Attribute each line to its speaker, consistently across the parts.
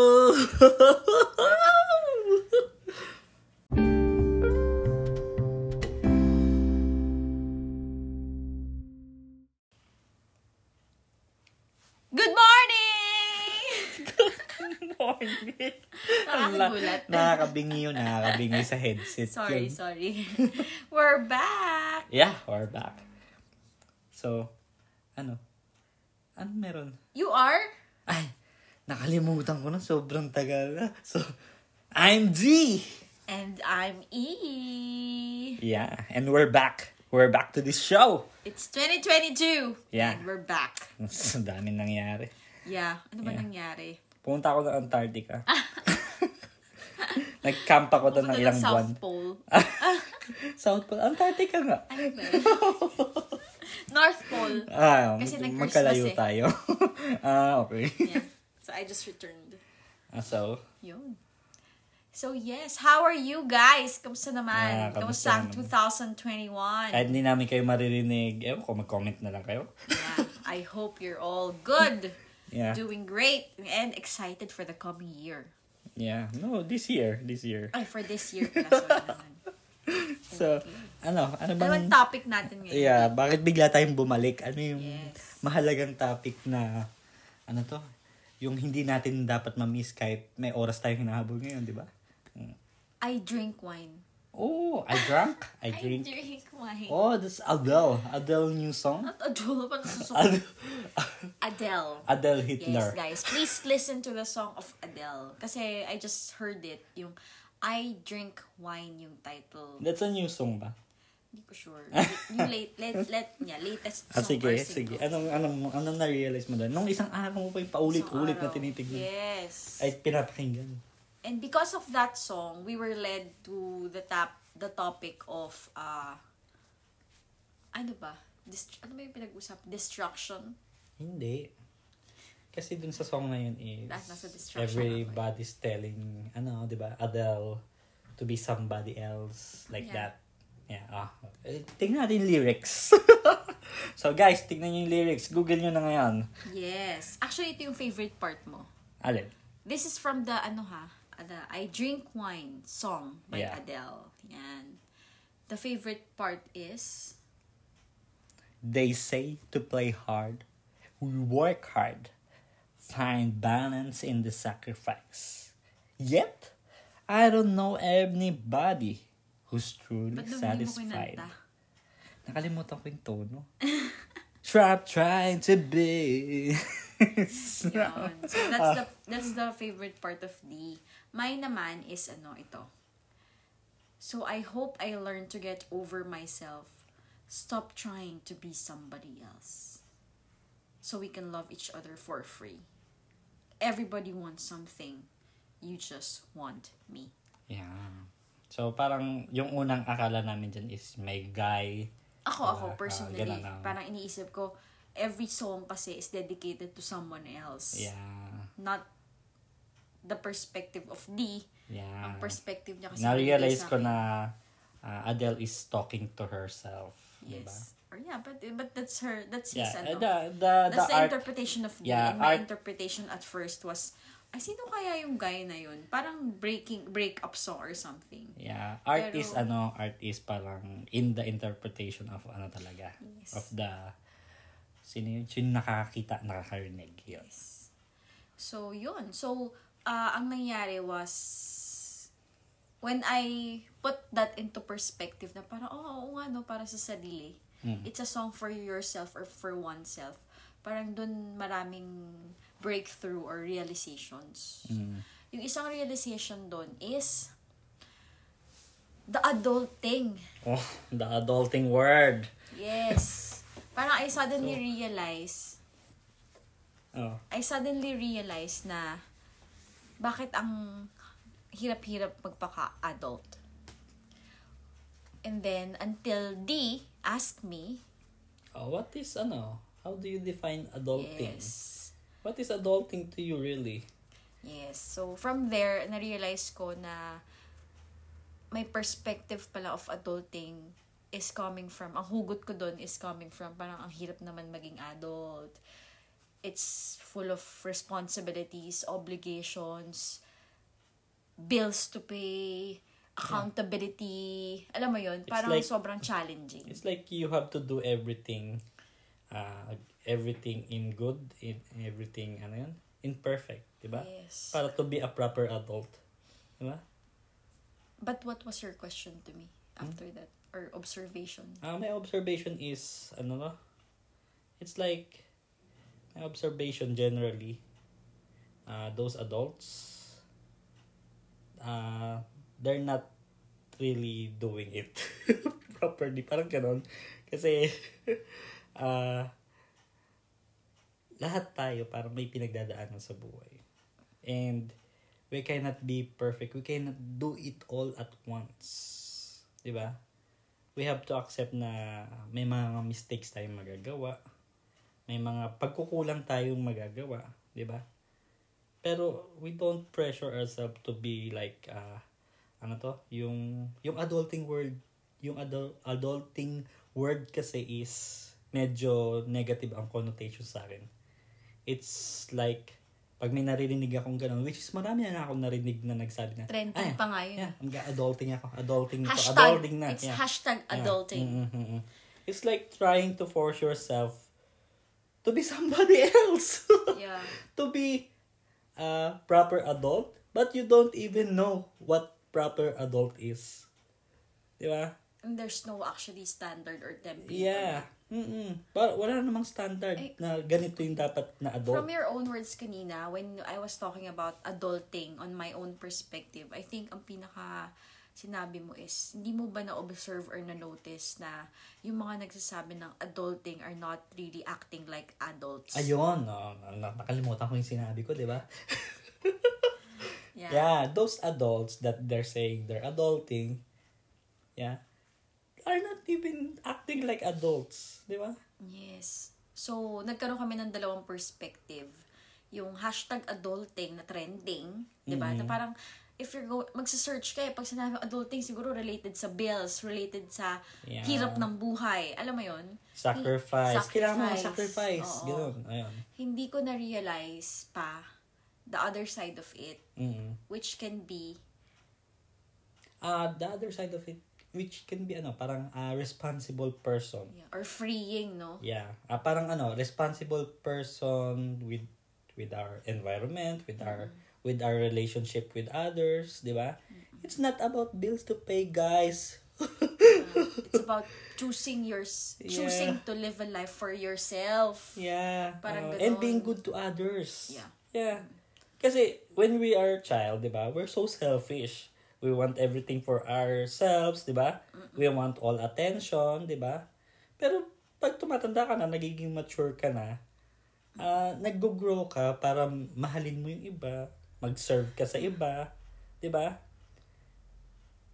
Speaker 1: show.
Speaker 2: Good morning!
Speaker 1: Morning.
Speaker 2: Nakakagulat.
Speaker 1: Nakakabingi yun. Nakakabingi sa headset.
Speaker 2: Sorry,
Speaker 1: yun.
Speaker 2: sorry. We're back!
Speaker 1: Yeah, we're back. So, ano? Ano meron?
Speaker 2: You are?
Speaker 1: Ay, nakalimutan ko na. Sobrang tagal na. So, I'm D!
Speaker 2: And I'm E.
Speaker 1: Yeah, and we're back. We're back to this show.
Speaker 2: It's 2022.
Speaker 1: Yeah.
Speaker 2: And we're back.
Speaker 1: Ang daming nangyari.
Speaker 2: Yeah. Ano ba nangyari?
Speaker 1: Pumunta ako ng Antarctica. Nag-camp ako doon ng
Speaker 2: Pumunta
Speaker 1: ilang
Speaker 2: ng South
Speaker 1: buwan.
Speaker 2: Pole.
Speaker 1: South Pole. Antarctica nga.
Speaker 2: Ano ba yun? North Pole.
Speaker 1: Ah,
Speaker 2: Kasi
Speaker 1: mag-
Speaker 2: nag-Christmas
Speaker 1: magkalayo
Speaker 2: eh.
Speaker 1: tayo. ah, okay.
Speaker 2: Yeah. So I just returned.
Speaker 1: Ah, so,
Speaker 2: Yun. So yes, how are you guys? Kamusta
Speaker 1: Ah,
Speaker 2: naman?
Speaker 1: kamusta
Speaker 2: Kamusta ang 2021?
Speaker 1: naman? kahit hindi namin kayo maririnig, ewan ko, mag-comment na lang kayo.
Speaker 2: Yeah, I hope you're all good,
Speaker 1: Yeah.
Speaker 2: doing great, and excited for the coming year.
Speaker 1: Yeah. No, this year. This year.
Speaker 2: Ay, for this year. pala, sorry naman.
Speaker 1: So, ano? Ano
Speaker 2: Ano ang
Speaker 1: bang...
Speaker 2: topic natin ngayon?
Speaker 1: Yeah, bakit bigla tayong bumalik? Ano yung
Speaker 2: Yes.
Speaker 1: mahalagang topic na... Ano to? Yung hindi natin dapat ma-miss kahit may oras tayong hinahabol ngayon, di ba?
Speaker 2: I drink wine.
Speaker 1: Oh, I drunk.
Speaker 2: I
Speaker 1: I drink.
Speaker 2: drink wine.
Speaker 1: Oh, that's Adele. Adele new song.
Speaker 2: Not Adele, pa nasusuko.
Speaker 1: Ad-
Speaker 2: Adele.
Speaker 1: Adele
Speaker 2: Yes,
Speaker 1: Hitler.
Speaker 2: guys. Please listen to the song of Adele. Kasi I just heard it. Yung I drink wine yung title.
Speaker 1: That's a new song ba?
Speaker 2: Hindi ko sure. Yung late, late, late niya. Latest
Speaker 1: Ah,
Speaker 2: song or
Speaker 1: sige, sige.
Speaker 2: single.
Speaker 1: Anong, anong, anong na-realize mo doon? Nung isang araw mo pa yung paulit-ulit na
Speaker 2: Araw.
Speaker 1: tinitignan.
Speaker 2: Yes.
Speaker 1: Ay, pinapakinggan.
Speaker 2: and because of that song, we were led to the tap the topic of uh ano ba? Dist- ano ba yung pinag-usap? Destruction?
Speaker 1: Hindi. Kasi dun sa song na yun is,
Speaker 2: Ah, nasa distraction
Speaker 1: everybody's telling, ano, di ba, Adele to be somebody else, like
Speaker 2: Yeah.
Speaker 1: that. Yeah, ah. Eh, tingnan natin yung lyrics. so guys, tingnan nyo yung lyrics. Google nyo na ngayon.
Speaker 2: Yes. Actually, ito yung favorite part mo.
Speaker 1: Alin?
Speaker 2: This is from the ano ha? The I Drink Wine song by
Speaker 1: Yeah.
Speaker 2: Adele. Yan. The favorite part is
Speaker 1: They say to play hard. We work hard. Find balance in the sacrifice. Yet, I don't know anybody who's truly
Speaker 2: Ba't daw hindi mo
Speaker 1: satisfied.
Speaker 2: kinanta?
Speaker 1: Nakalimutan ko yung tono. Trap trying to be.
Speaker 2: Yun. So that's the that's the favorite part of D. Mine naman is ano ito. So I hope I learn to get over myself. Stop trying to be somebody else. So we can love each other for free. Everybody wants something. You just want me.
Speaker 1: yeah. So parang yung unang akala namin dyan is may guy.
Speaker 2: Ako,
Speaker 1: Ah,
Speaker 2: ako,
Speaker 1: ah,
Speaker 2: personally,
Speaker 1: ganun lang.
Speaker 2: parang iniisip ko, every song kasi is dedicated to someone else.
Speaker 1: Yeah.
Speaker 2: Not the perspective of D,
Speaker 1: Yeah.
Speaker 2: ang perspective niya kasi
Speaker 1: Ah. Na-realize
Speaker 2: hindi sa
Speaker 1: ko
Speaker 2: akin.
Speaker 1: na ah, Adele is talking to herself.
Speaker 2: yes
Speaker 1: Diba?
Speaker 2: or yeah but but that's her that's his
Speaker 1: Yeah.
Speaker 2: ano
Speaker 1: The, the, the
Speaker 2: that's the,
Speaker 1: art.
Speaker 2: interpretation of me and
Speaker 1: Yeah,
Speaker 2: my
Speaker 1: art-
Speaker 2: interpretation at first was ay sino kaya yung guy na yun parang breaking break up song or something
Speaker 1: Yeah. Art
Speaker 2: Pero-
Speaker 1: is ano, art is parang in the interpretation of ano talaga.
Speaker 2: Yes.
Speaker 1: Of the, sino yun? Sino nakakita, nakakarinig yun.
Speaker 2: yes so yun so ah, ang nangyari was when I put that into perspective na parang oh, oo nga no para sa sarili it's a song for yourself or for oneself parang dun maraming breakthrough or realizations
Speaker 1: Mm.
Speaker 2: Yung isang realization doon is the adulting.
Speaker 1: Oh, the adulting word.
Speaker 2: Yes. Parang I suddenly realize,
Speaker 1: Oh.
Speaker 2: I suddenly realize na bakit ang hirap-hirap magpaka-adult. And then, until D asked me,
Speaker 1: oh, what is ano? How do you define adulting?
Speaker 2: yes.
Speaker 1: What is adulting to you really?
Speaker 2: Yes. So, from there, na-realize ko na my perspective pala of adulting is coming from, ang hugot ko doon is coming from, parang ang hirap naman maging adult. it's full of responsibilities, obligations, bills to pay, accountability. Alam mo yun,
Speaker 1: It's
Speaker 2: parang
Speaker 1: like-
Speaker 2: sobrang challenging.
Speaker 1: It's like you have to do everything, uh, everything in good, in everything, ano yun, in perfect, di ba?
Speaker 2: Yes.
Speaker 1: Para to be a proper adult. Di ba?
Speaker 2: But what was your question to me
Speaker 1: Hmm?
Speaker 2: after that? Or observation?
Speaker 1: Uh, my observation is, ano no? It's like, my observation generally, uh, those adults, uh, they're not really doing it properly. Parang ganon. Kasi, uh, lahat tayo parang may pinagdadaanan sa buhay. And, we cannot be perfect. We cannot do it all at once. Di ba? we have to accept na may mga mistakes tayong magagawa. May mga pagkukulang tayong magagawa, 'di ba? Pero we don't pressure ourselves to be like uh, ano to, yung yung adulting world, yung adult adulting word kasi is medyo negative ang connotation sa akin. It's like pag may naririnig akong ganun, which is marami na akong narinig na nagsabi na,
Speaker 2: Trending pa nga yun.
Speaker 1: yeah, mag-adulting ako, adulting na to,
Speaker 2: Hashtag,
Speaker 1: adulting na.
Speaker 2: it's
Speaker 1: yeah.
Speaker 2: hashtag
Speaker 1: Yeah.
Speaker 2: adulting.
Speaker 1: Mm, mm, mm. It's like trying to force yourself to be somebody else.
Speaker 2: Yeah.
Speaker 1: to be a proper adult, but you don't even know what proper adult is. Di ba?
Speaker 2: And there's no actually standard or template.
Speaker 1: Yeah. Mm-mm. But wala namang standard
Speaker 2: Ay.
Speaker 1: na ganito yung dapat na
Speaker 2: Eh, From
Speaker 1: adult.
Speaker 2: your own words kanina, when I was talking about adulting on my own perspective, I think ang pinaka sinabi mo is, hindi mo ba na-observe or na-notice na yung mga nagsasabi ng adulting are not really acting like adults?
Speaker 1: Ayun. Oh, nakalimutan ko yung sinabi ko, di ba?
Speaker 2: Yeah.
Speaker 1: Yeah, those adults that they're saying they're adulting, yeah, are not even acting like adults, di ba?
Speaker 2: Yes. So, nagkaroon kami ng dalawang perspective. Yung hashtag adulting na trending, di ba? Na
Speaker 1: Mm-hmm.
Speaker 2: parang, if you're go magsa-search kayo, pag sinabi mo adulting, siguro related sa bills, related sa
Speaker 1: Yeah.
Speaker 2: hirap ng buhay. Alam mo yon Sacrifice.
Speaker 1: Sacrifice. Kailangan mo sacrifice.
Speaker 2: Oo.
Speaker 1: Ganun. Ayun.
Speaker 2: Hindi ko na-realize pa the other side of it,
Speaker 1: Mm.
Speaker 2: which can be,
Speaker 1: Uh, the other side of it, which can be ano, parang a responsible person.
Speaker 2: yeah, or freeing, no?
Speaker 1: Yeah. Ah, parang ano, responsible person with with our environment, with our with our relationship with others, di ba? It's not about bills to pay, guys.
Speaker 2: It's about choosing your, choosing to live a life for yourself.
Speaker 1: Yeah.
Speaker 2: Parang
Speaker 1: oo. and
Speaker 2: ganun.
Speaker 1: being good to others.
Speaker 2: Yeah.
Speaker 1: Yeah. Kasi when we are a child, 'di ba? We're so selfish. We want everything for ourselves, 'di ba? We want all attention, 'di ba? Pero pag tumatanda ka na, nagiging mature ka na, ah nag-grow ka para mahalin mo yung iba, mag-serve ka sa iba, 'di ba?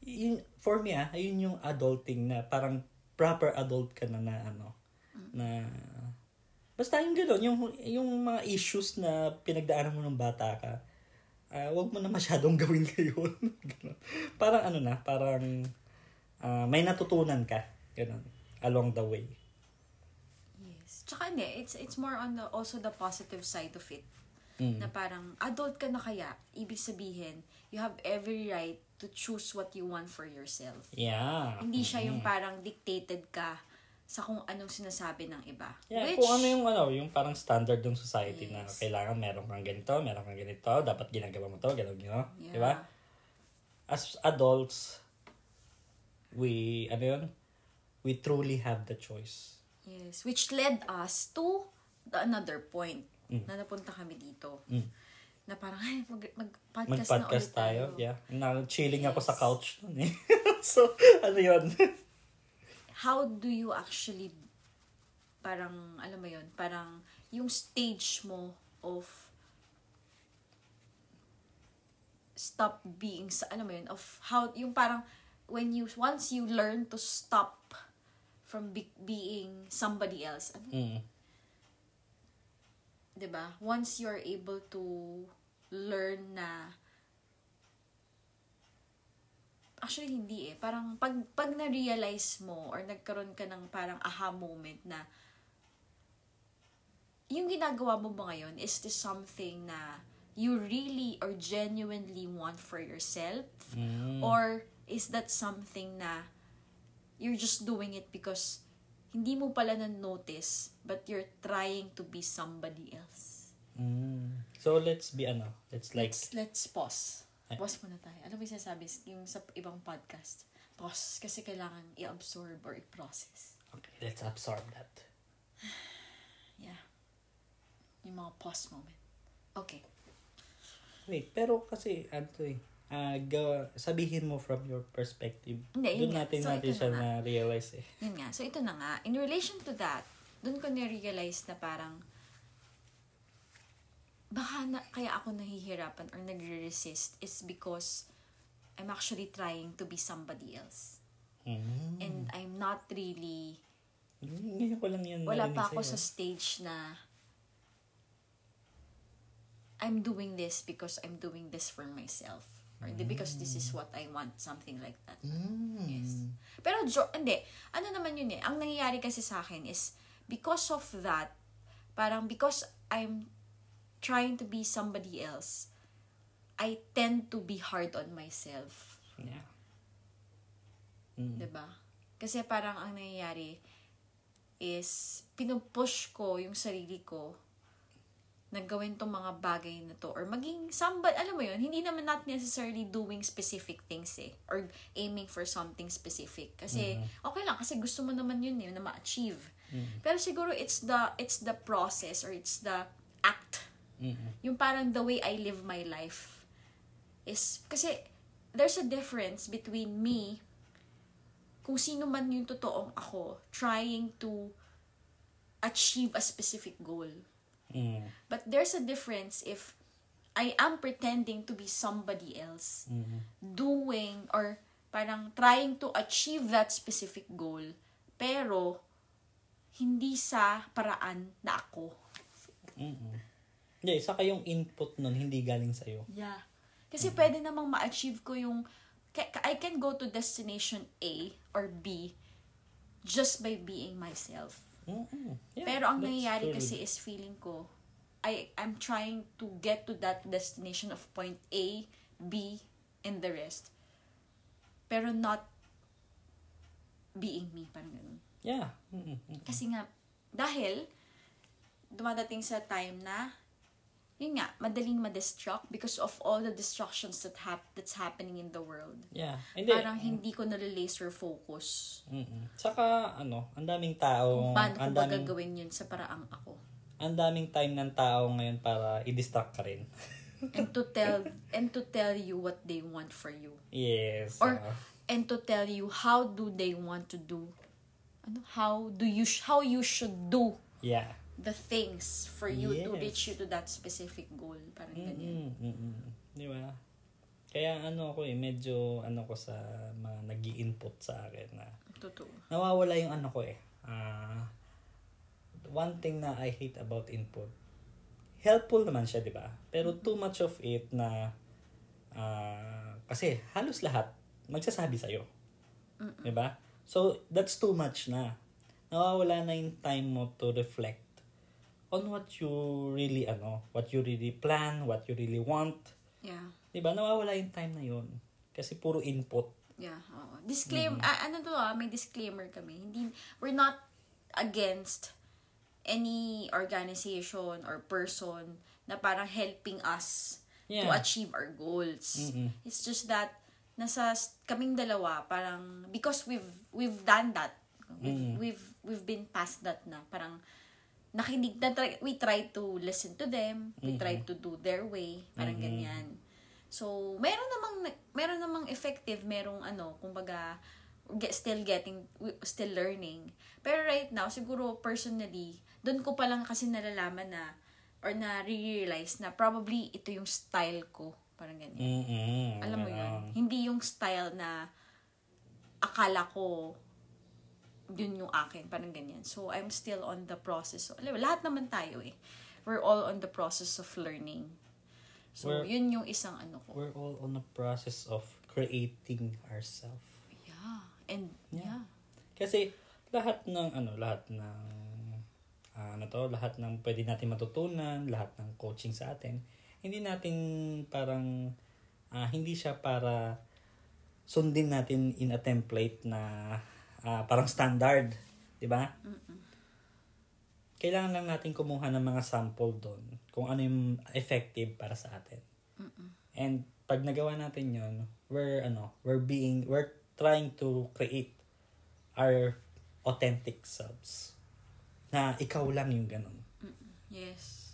Speaker 1: Yun, for me ah, ayun yung adulting na parang proper adult ka na na ano, na Basta yung gano'n, yung, yung mga issues na pinagdaanan mo ng bata ka, ah wag mo na masyadong gawin ngayon. Ganun. parang ano na, parang ah, may natutunan ka. Ganun. Along the way.
Speaker 2: Yes. Tsaka hindi, it's, it's more on the, also the positive side of it.
Speaker 1: Mm.
Speaker 2: Na parang, adult ka na kaya, ibig sabihin, you have every right to choose what you want for yourself.
Speaker 1: Yeah.
Speaker 2: Hindi siya
Speaker 1: Mm-hmm.
Speaker 2: yung parang dictated ka sa kung anong sinasabi ng iba.
Speaker 1: Yeah,
Speaker 2: Which,
Speaker 1: kung ano yung ano, yung parang standard ng society na
Speaker 2: Yes.
Speaker 1: kailangan meron kang ganito, meron kang ganito, dapat ginagawa mo to, gano'n, gano'n.
Speaker 2: yeah.
Speaker 1: Di ba? As adults, we, ano yun? We truly have the choice.
Speaker 2: Yes. Which led us to the another point
Speaker 1: Mm.
Speaker 2: na napunta kami dito. Na parang, ay, mag, mag-podcast, na ulit
Speaker 1: Mag-podcast
Speaker 2: tayo.
Speaker 1: tayo. Yeah. Na, chilling ako sa
Speaker 2: Yes.
Speaker 1: couch nun eh. so, ano yun?
Speaker 2: how do you actually parang alam mo yon parang yung stage mo of stop being sa alam mo yun of how yung parang when you once you learn to stop from be- being somebody else ano,
Speaker 1: Mm.
Speaker 2: 'di ba once you're able to learn na actually hindi eh. Parang pag, pag na-realize mo or nagkaroon ka ng parang aha moment na yung ginagawa mo ba ngayon, is this something na you really or genuinely want for yourself?
Speaker 1: Mm.
Speaker 2: Or is that something na you're just doing it because hindi mo pala na-notice but you're trying to be somebody else?
Speaker 1: Mm. So let's be ano, let's like
Speaker 2: Let's, let's pause.
Speaker 1: Ay.
Speaker 2: Pause muna tayo. Ano ba yung sinasabi yung sa ibang podcast? Pause. Kasi kailangan i-absorb or i-process.
Speaker 1: okay, let's absorb that.
Speaker 2: Yeah. Yung mga pause moment. Okay.
Speaker 1: Wait, pero kasi ano to eh, ah, gawa- sabihin mo from your perspective.
Speaker 2: Hindi, yun
Speaker 1: Doon
Speaker 2: nga.
Speaker 1: natin
Speaker 2: So,
Speaker 1: natin
Speaker 2: ito
Speaker 1: siya
Speaker 2: na nga.
Speaker 1: na-realize eh.
Speaker 2: Yun nga. So, ito na nga. In relation to that, dun ko na-realize na parang baka na, kaya ako nahihirapan or nagre-resist is because I'm actually trying to be somebody else.
Speaker 1: Mm.
Speaker 2: And I'm not really,
Speaker 1: Ngayon ko lang yan
Speaker 2: wala
Speaker 1: narinig
Speaker 2: pa ako sa
Speaker 1: sa'yo. ah.
Speaker 2: stage na I'm doing this because I'm doing this for myself. Or the- because this is what I want. Something like that.
Speaker 1: Mm.
Speaker 2: Yes. Pero, jo- hindi. Ano naman yun eh. Ang nangyayari kasi sa akin is, because of that, parang because I'm trying to be somebody else, I tend to be hard on myself.
Speaker 1: Yeah.
Speaker 2: 'Di ba? Diba? Kasi parang ang nangyayari is, pinupush ko yung sarili ko na gawin tong mga bagay na to or maging somebody, alam mo yun, hindi naman not necessarily doing specific things eh or aiming for something specific kasi okay lang kasi gusto mo naman yun eh na ma-achieve pero siguro it's the it's the process or it's the act
Speaker 1: Mm-mm.
Speaker 2: yung parang the way I live my life is kasi there's a difference between me kung sino man yung totoong ako trying to achieve a specific goal
Speaker 1: Mm.
Speaker 2: but there's a difference if I am pretending to be somebody else
Speaker 1: Mm.
Speaker 2: doing or parang trying to achieve that specific goal pero hindi sa paraan na ako
Speaker 1: Mm-mm. Hindi, saka yung input nun hindi galing sa'yo.
Speaker 2: Yeah. Kasi pwede namang ma-achieve ko yung ka- ka- I can go to destination A or B just by being myself.
Speaker 1: Mm-mm. Mm, Yeah,
Speaker 2: Pero ang
Speaker 1: that's
Speaker 2: nangyayari
Speaker 1: true.
Speaker 2: kasi is feeling ko I I'm trying to get to that destination of point A, B and the rest. Pero not being me parang ganun.
Speaker 1: Yeah. Mm, Mm-mm.
Speaker 2: Kasi nga, dahil, dumadating sa time na, yun nga, madaling ma-destruct because of all the distractions that hap- that's happening in the world.
Speaker 1: Yeah. Hindi.
Speaker 2: Parang hindi ko nalalaser focus.
Speaker 1: Mm-mm. Saka, ano, ang daming tao,
Speaker 2: Paano ko
Speaker 1: ang
Speaker 2: ba
Speaker 1: daming,
Speaker 2: gagawin yun sa paraang ako?
Speaker 1: ang daming time ng tao ngayon para i-distract ka rin.
Speaker 2: And to tell, and to tell you what they want for you.
Speaker 1: yes.
Speaker 2: Or,
Speaker 1: ah.
Speaker 2: and to tell you how do they want to do, ano, how do you, sh- how you should do
Speaker 1: yeah.
Speaker 2: the things for you to
Speaker 1: Yes. Mm-hmm.
Speaker 2: reach you to that specific goal. Parang ganyan.
Speaker 1: Mm-mm. Mm-mm. Di ba? Kaya ano ako eh, medyo ano ko sa mga nag input sa akin na
Speaker 2: Totoo.
Speaker 1: nawawala yung ano ko eh. Ah, one thing na I hate about input, helpful naman siya, di ba? Pero
Speaker 2: Mm.
Speaker 1: too much of it na, ah, kasi halos lahat magsasabi sa'yo. Di ba? So, that's too much na. Nawawala na yung time mo to reflect on what you really, ano, what you really plan, what you really want.
Speaker 2: Yeah.
Speaker 1: Di ba? Nawawala yung time na yun. Kasi puro input.
Speaker 2: Yeah, oo. Disclaimer, ano to ah, may disclaimer kami. Hindi, we're not against any organization or person na parang helping us to
Speaker 1: Yeah.
Speaker 2: achieve our goals.
Speaker 1: Mm-mm.
Speaker 2: It's just that, nasa s- kaming dalawa, parang, because we've, we've done that. We've, we've, we've been past that na. Parang, nakinig na, try, we try to listen to them, we try to do their way, parang ganyan. So, meron namang, na- meron namang effective, merong ano, kumbaga, get, still getting, we- still learning. Pero right now, siguro personally, doon ko pa lang kasi nalalaman na, or na realize na probably ito yung style ko. Parang ganyan.
Speaker 1: Mm-mm.
Speaker 2: Alam mo yun?
Speaker 1: Ganon.
Speaker 2: Hindi yung style na akala ko yun yung akin. Parang ganyan. So, I'm still on the process. Alam mo, lahat naman tayo eh. We're all on the process of learning. So,
Speaker 1: We're-
Speaker 2: yun yung isang ano ko.
Speaker 1: We're all on the process of creating ourselves.
Speaker 2: Yeah. And, yeah.
Speaker 1: Kasi lahat ng ano, lahat ng ah, ano na to, lahat ng pwede natin matutunan, lahat ng coaching sa atin, hindi natin parang, ah, hindi siya para sundin natin in a template na ah, parang standard. Di ba? Kailangan lang natin kumuha ng mga sample doon kung ano yung effective para sa atin. And pag nagawa natin yon we're ano, we're being, we're trying to create our authentic selves. Na ikaw lang yung ganun.
Speaker 2: Yes.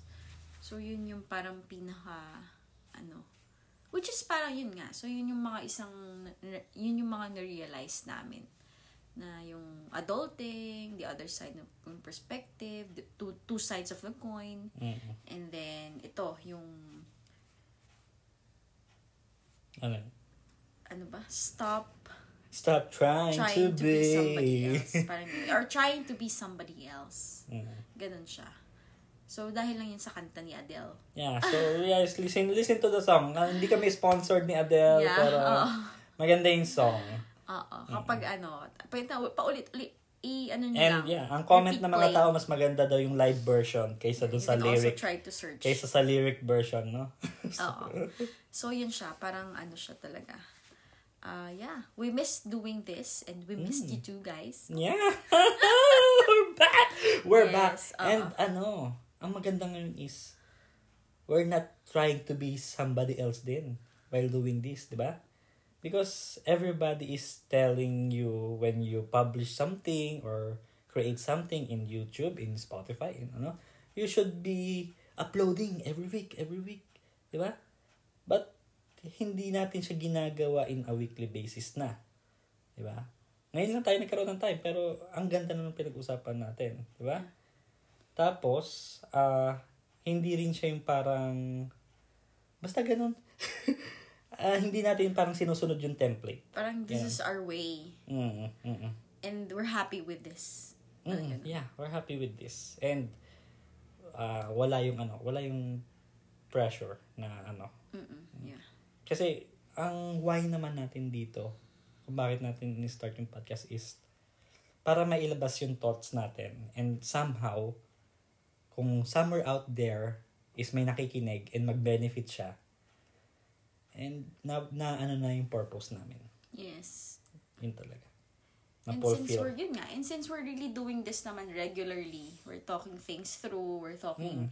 Speaker 2: So, yun yung parang pinaka, ano, which is parang yun nga. So, yun yung mga isang, yun yung mga na-realize namin na yung adulting, the other side ng ng perspective, the two, two sides of the coin,
Speaker 1: Mm.
Speaker 2: and then ito, yung,
Speaker 1: Ano?
Speaker 2: ano ba, stop
Speaker 1: Stop trying,
Speaker 2: trying
Speaker 1: to,
Speaker 2: to
Speaker 1: be.
Speaker 2: be somebody else. Parang, or trying to be somebody else.
Speaker 1: Mm.
Speaker 2: Ganon siya. So, dahil lang yun sa kanta ni Adele.
Speaker 1: Yeah, so yes, listen listen to the song. Ah, hindi kami sponsored ni Adele,
Speaker 2: Yeah,
Speaker 1: pero
Speaker 2: oo.
Speaker 1: maganda yung song.
Speaker 2: Oo. Kapag ano, pwede paulit-ulit, i, ano nyo
Speaker 1: And
Speaker 2: lang.
Speaker 1: yeah, ang comment
Speaker 2: repeat
Speaker 1: ng mga
Speaker 2: play.
Speaker 1: tao, mas maganda daw yung live version kaysa dun
Speaker 2: You
Speaker 1: sa
Speaker 2: can also
Speaker 1: lyric,
Speaker 2: try to search.
Speaker 1: kaysa sa lyric version, no?
Speaker 2: Oo. So, yun siya. Parang ano siya talaga. Uh, yeah. We miss doing this and we missed
Speaker 1: Mm.
Speaker 2: you too, guys.
Speaker 1: Yeah. We're back. We're back.
Speaker 2: Yes, oo.
Speaker 1: And ano, ang maganda ngayon is we're not trying to be somebody else din while doing this, di ba? Because everybody is telling you when you publish something or create something in YouTube, in Spotify, in ano, you should be uploading every week, every week, di ba? But hindi natin siya ginagawa in a weekly basis na. Di ba? Ngayon lang tayo nagkaroon ng time, pero ang ganda na ng pinag-usapan natin. Di ba? Tapos, ah, hindi rin siya yung parang, basta ganun. Ah, hindi natin parang sinusunod yung template.
Speaker 2: Parang this
Speaker 1: Yeah.
Speaker 2: is our way.
Speaker 1: Mm, mm, mm.
Speaker 2: And we're happy with this. Parang
Speaker 1: Mm,
Speaker 2: ganun.
Speaker 1: yeah, we're happy with this. And ah wala yung ano, wala yung pressure na ano.
Speaker 2: Mm-mm. Yeah.
Speaker 1: Kasi ang why naman natin dito, kung bakit natin ni-start yung podcast is para mailabas yung thoughts natin and somehow kung somewhere out there is may nakikinig and mag-benefit siya and na, na ano na yung purpose namin.
Speaker 2: Yes.
Speaker 1: Yun talaga. Na
Speaker 2: And since we're,
Speaker 1: fulfill.
Speaker 2: yun nga, and since we're really doing this naman regularly, we're talking things through, we're talking
Speaker 1: Mm.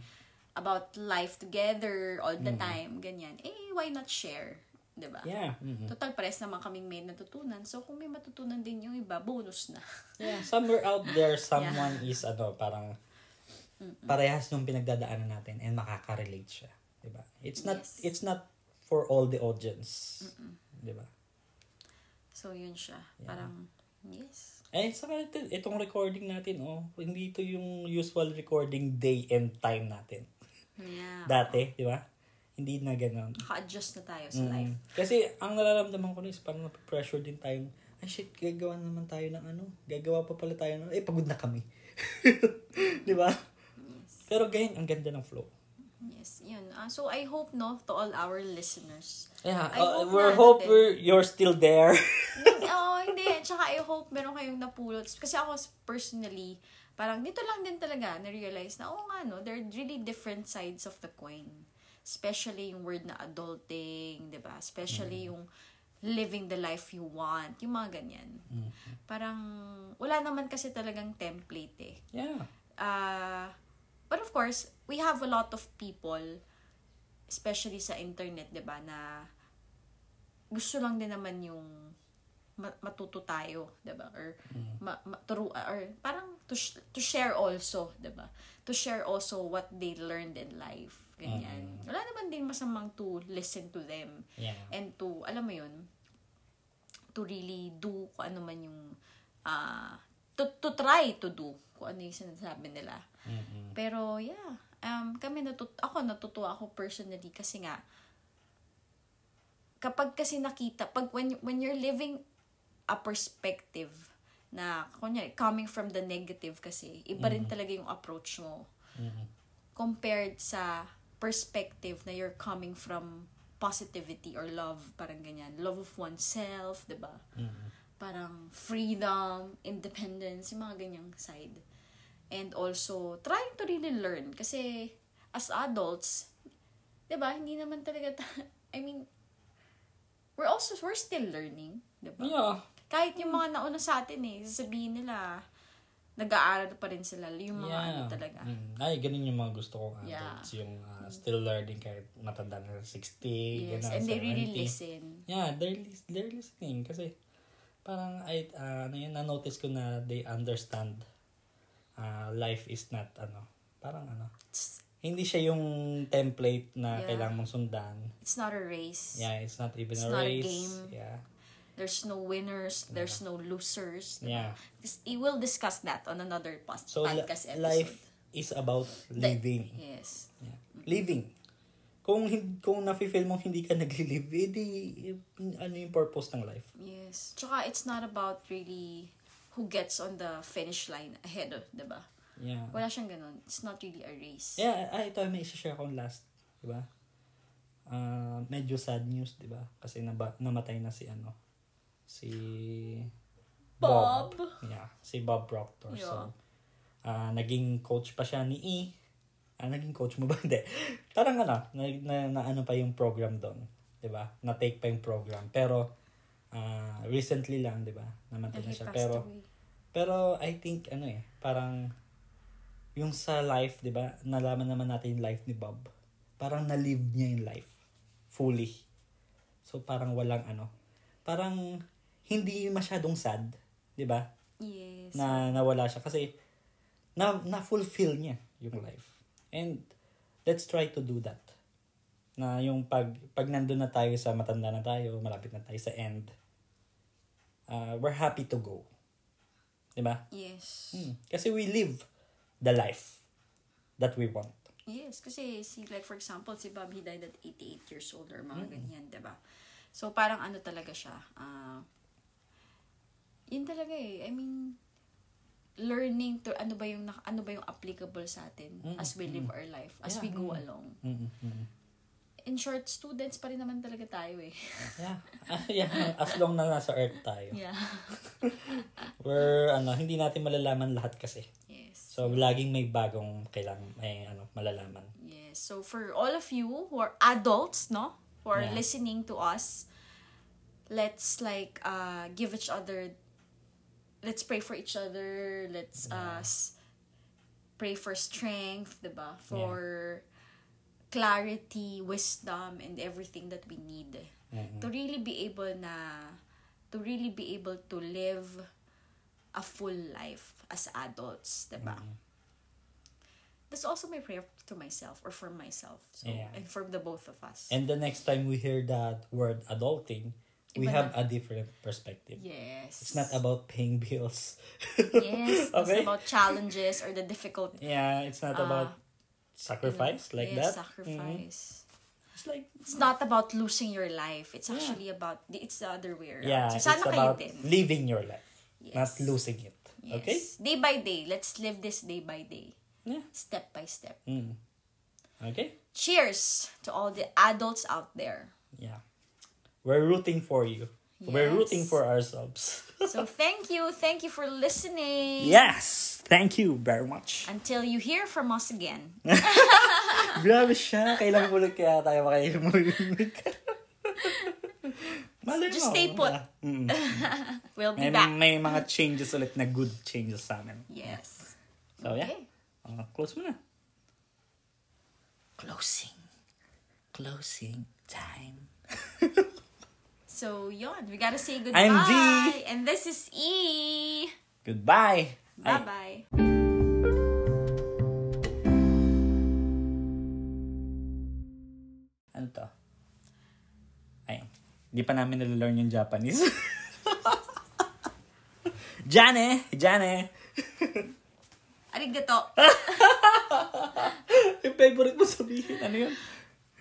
Speaker 2: about life together all the
Speaker 1: Mm-hmm.
Speaker 2: time, ganyan, eh, why not share? 'Di ba?
Speaker 1: Yeah. mhm.
Speaker 2: Total, pares naman kaming may natutunan. So, kung may matutunan din yung iba, bonus na.
Speaker 1: Yeah, somewhere out there, someone is, ano, parang, parehas nung pinagdadaanan natin and makaka-relate siya. Diba? It's not,
Speaker 2: Yes.
Speaker 1: it's not for all the audience. Diba?
Speaker 2: So, yun siya. Parang, yes.
Speaker 1: Eh, saka ito- itong recording natin, oh, hindi ito yung usual recording day and time natin.
Speaker 2: Yeah.
Speaker 1: Dati, di ba? Hindi na ganun.
Speaker 2: Naka-adjust na tayo
Speaker 1: Mm.
Speaker 2: sa life.
Speaker 1: Kasi ang nararamdaman ko na is parang napipressure din tayo. Ay shit, gagawa naman tayo ng ano. Gagawa pa pala tayo ng, eh pagod na kami. di ba? Pero ganyan, ang ganda ng flow.
Speaker 2: Yes. Yun. Ah, so, I hope, no, to all our listeners.
Speaker 1: Yeah,
Speaker 2: I hope
Speaker 1: uh, we're
Speaker 2: na
Speaker 1: hope
Speaker 2: natin.
Speaker 1: we're, you're still there.
Speaker 2: Oo, hindi. Tsaka, I hope meron kayong napulot. Kasi ako, personally, parang dito lang din talaga na-realize na, oo nga, no, there are really different sides of the coin. Especially yung word na adulting, di ba? Especially yung living the life you want. Yung mga ganyan. Parang, wala naman kasi talagang template eh.
Speaker 1: yeah.
Speaker 2: Uh, but of course, we have a lot of people, especially sa internet, di ba, na gusto lang din naman yung ma- matuto tayo, di ba? Or, ma- ma- turu- or parang to, sh- to share also, di ba? To share also what they learned in life. Ganyan. Wala naman din masamang to listen to them
Speaker 1: Yeah.
Speaker 2: and to, alam mo yun, to really do kung ano man yung, ah, to, to try to do kung ano yung sinasabi nila.
Speaker 1: Mm-mm.
Speaker 2: Pero, yeah, um, kami natut ako natutuwa ako personally kasi nga, kapag kasi nakita, pag when, when you're living a perspective na, kunyari, coming from the negative kasi, iba rin talaga yung approach mo
Speaker 1: Mm-mm.
Speaker 2: compared sa perspective na you're coming from positivity or love, parang ganyan. Love of oneself, di ba?
Speaker 1: Mm-mm.
Speaker 2: Parang freedom, independence, yung mga ganyang side. and also trying to really learn kasi as adults 'di ba hindi naman talaga ta- I mean we're also we're still learning 'di ba
Speaker 1: Yeah.
Speaker 2: kahit yung mga nauna sa atin eh sasabihin nila nag-aaral pa rin sila yung mga ano talaga
Speaker 1: Mm. Ay, ganun yung mga gusto kong
Speaker 2: Yeah.
Speaker 1: adults. Yung ah, still learning kahit matanda na 60,
Speaker 2: yes
Speaker 1: ganun,
Speaker 2: and they really
Speaker 1: 70.
Speaker 2: listen
Speaker 1: Yeah, they're, lis- they're listening kasi parang I, ah, ano yun, na-notice ko na they understand ah, life is not ano, parang ano,
Speaker 2: it's,
Speaker 1: hindi siya yung template na
Speaker 2: Yeah.
Speaker 1: kailangan mong sundan.
Speaker 2: it's not a race
Speaker 1: Yeah, it's not even
Speaker 2: It's
Speaker 1: a
Speaker 2: not a
Speaker 1: race.
Speaker 2: game.
Speaker 1: Yeah.
Speaker 2: there's no winners there's no losers
Speaker 1: Yeah.
Speaker 2: we will discuss that on another pos-
Speaker 1: So, li-
Speaker 2: podcast episode
Speaker 1: life is about
Speaker 2: The-
Speaker 1: living.
Speaker 2: yes
Speaker 1: Yeah. Living. Kung hin- kung nafi-feel mong hindi ka nagli-live, eh di eh, ano yung purpose ng life?
Speaker 2: Yes. Tsaka it's not about really who gets on the finish line ahead, of, diba?
Speaker 1: Yeah.
Speaker 2: Wala siyang ganun. It's not really a race.
Speaker 1: Yeah, ah, ito may isi-share akong last, 'di ba? Ah, medyo sad news, 'di ba? Kasi naba- namatay na si ano si
Speaker 2: Bob.
Speaker 1: Yeah, si Bob Proctor.
Speaker 2: Yeah.
Speaker 1: So, ah naging coach pa siya ni E. Ah, naging coach mo ba? Hindi. Parang ano, na, na, na ano pa yung program doon. 'di ba? Na-take pa yung program. Pero, ah recently lang, 'di ba? Namatay
Speaker 2: And
Speaker 1: na
Speaker 2: he
Speaker 1: siya.
Speaker 2: passed
Speaker 1: Pero,
Speaker 2: away.
Speaker 1: pero I think ano eh, parang yung sa life, 'di ba? Nalaman naman natin yung life ni Bob. Parang na-live niya yung life fully. So parang walang ano, parang hindi masyadong sad, 'di ba?
Speaker 2: Yes.
Speaker 1: Na nawala siya kasi na na-fulfill niya yung life. And let's try to do that. Na yung pag pag nandun na tayo sa matanda na tayo, malapit na tayo sa end. Uh, we're happy to go. 'Di ba?
Speaker 2: Yes.
Speaker 1: Mm. Kasi we live the life that we want.
Speaker 2: Yes, kasi si, like for example, si Bob, he died at 88 years old or
Speaker 1: Mm.
Speaker 2: mga ganyan, diba? So, parang ano talaga siya. ah yun talaga eh. I mean, learning to, ano ba yung, nak- ano ba yung applicable sa atin as we live our life, as we go along.
Speaker 1: Mm, mm, mm.
Speaker 2: In short, students pa rin naman talaga tayo eh.
Speaker 1: Yeah. Ah, yeah. As long na nasa earth tayo.
Speaker 2: Yeah.
Speaker 1: We're, ano, hindi natin malalaman lahat kasi.
Speaker 2: Yes.
Speaker 1: So, laging may bagong kailangan, may, ano, malalaman.
Speaker 2: Yes. So for all of you who are adults, no, who are
Speaker 1: Yeah.
Speaker 2: listening to us, let's like uh give each other let's pray for each other. Let's uh s- pray for strength, 'di ba? For clarity, wisdom and everything that we need to really be able na to really be able to live a full life as adults, 'di ba?
Speaker 1: Mm-hmm.
Speaker 2: That's also my prayer to myself or for myself. So,
Speaker 1: Yeah.
Speaker 2: and for the both of us.
Speaker 1: And the next time we hear that word adulting, we
Speaker 2: Iba
Speaker 1: have
Speaker 2: na.
Speaker 1: a different perspective.
Speaker 2: yes.
Speaker 1: It's not about paying bills.
Speaker 2: Yes, it's
Speaker 1: okay?
Speaker 2: about challenges or the difficult
Speaker 1: yeah, it's not about sacrifice like
Speaker 2: yes,
Speaker 1: that. Mhm.
Speaker 2: sacrifice.
Speaker 1: It's like,
Speaker 2: It's not about losing your life. It's actually about it's the other way around.
Speaker 1: yeah,
Speaker 2: so
Speaker 1: it's
Speaker 2: sana kayo
Speaker 1: about
Speaker 2: din.
Speaker 1: living your life,
Speaker 2: Yes.
Speaker 1: not losing it.
Speaker 2: Yes.
Speaker 1: Okay?
Speaker 2: Day by day, let's live this day by day.
Speaker 1: Yeah.
Speaker 2: Step by step.
Speaker 1: Mm. Okay?
Speaker 2: Cheers to all the adults out there.
Speaker 1: Yeah. We're rooting for you. We're
Speaker 2: Yes.
Speaker 1: rooting for ourselves.
Speaker 2: So thank you. Thank you for listening.
Speaker 1: yes! Thank you very much.
Speaker 2: Until you hear from us again.
Speaker 1: Grabe siya. Kailang bulag kaya tayo makaimulik. Malay
Speaker 2: Just
Speaker 1: mo,
Speaker 2: stay
Speaker 1: wala.
Speaker 2: put.
Speaker 1: Mm.
Speaker 2: We'll be
Speaker 1: May,
Speaker 2: back.
Speaker 1: may mga changes ulit na good changes sa amin.
Speaker 2: Yes.
Speaker 1: So yeah,
Speaker 2: Okay.
Speaker 1: Uh, close muna. Closing. Closing time.
Speaker 2: So yon, we gotta say goodbye.
Speaker 1: I'm G.
Speaker 2: And this is E.
Speaker 1: Goodbye.
Speaker 2: Bye
Speaker 1: Ay,
Speaker 2: bye.
Speaker 1: Ano to? Ay, di pa namin nalalearn yung Japanese. Jane! Jane!
Speaker 2: Arigato.
Speaker 1: Yung favorite mo sabihin, ano yun?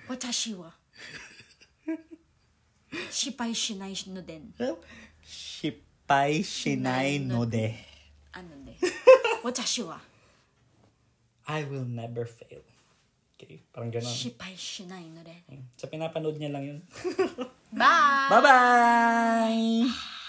Speaker 2: Watashi wa. Shipai shinai no den.
Speaker 1: Shippai Ano? shinai no de.
Speaker 2: Ano de? Watashi wa.
Speaker 1: I will never fail. Okay, parang ganun.
Speaker 2: Shipai shinai no den.
Speaker 1: Sa pinapanood niya lang yun.
Speaker 2: Bye.
Speaker 1: Bye-bye!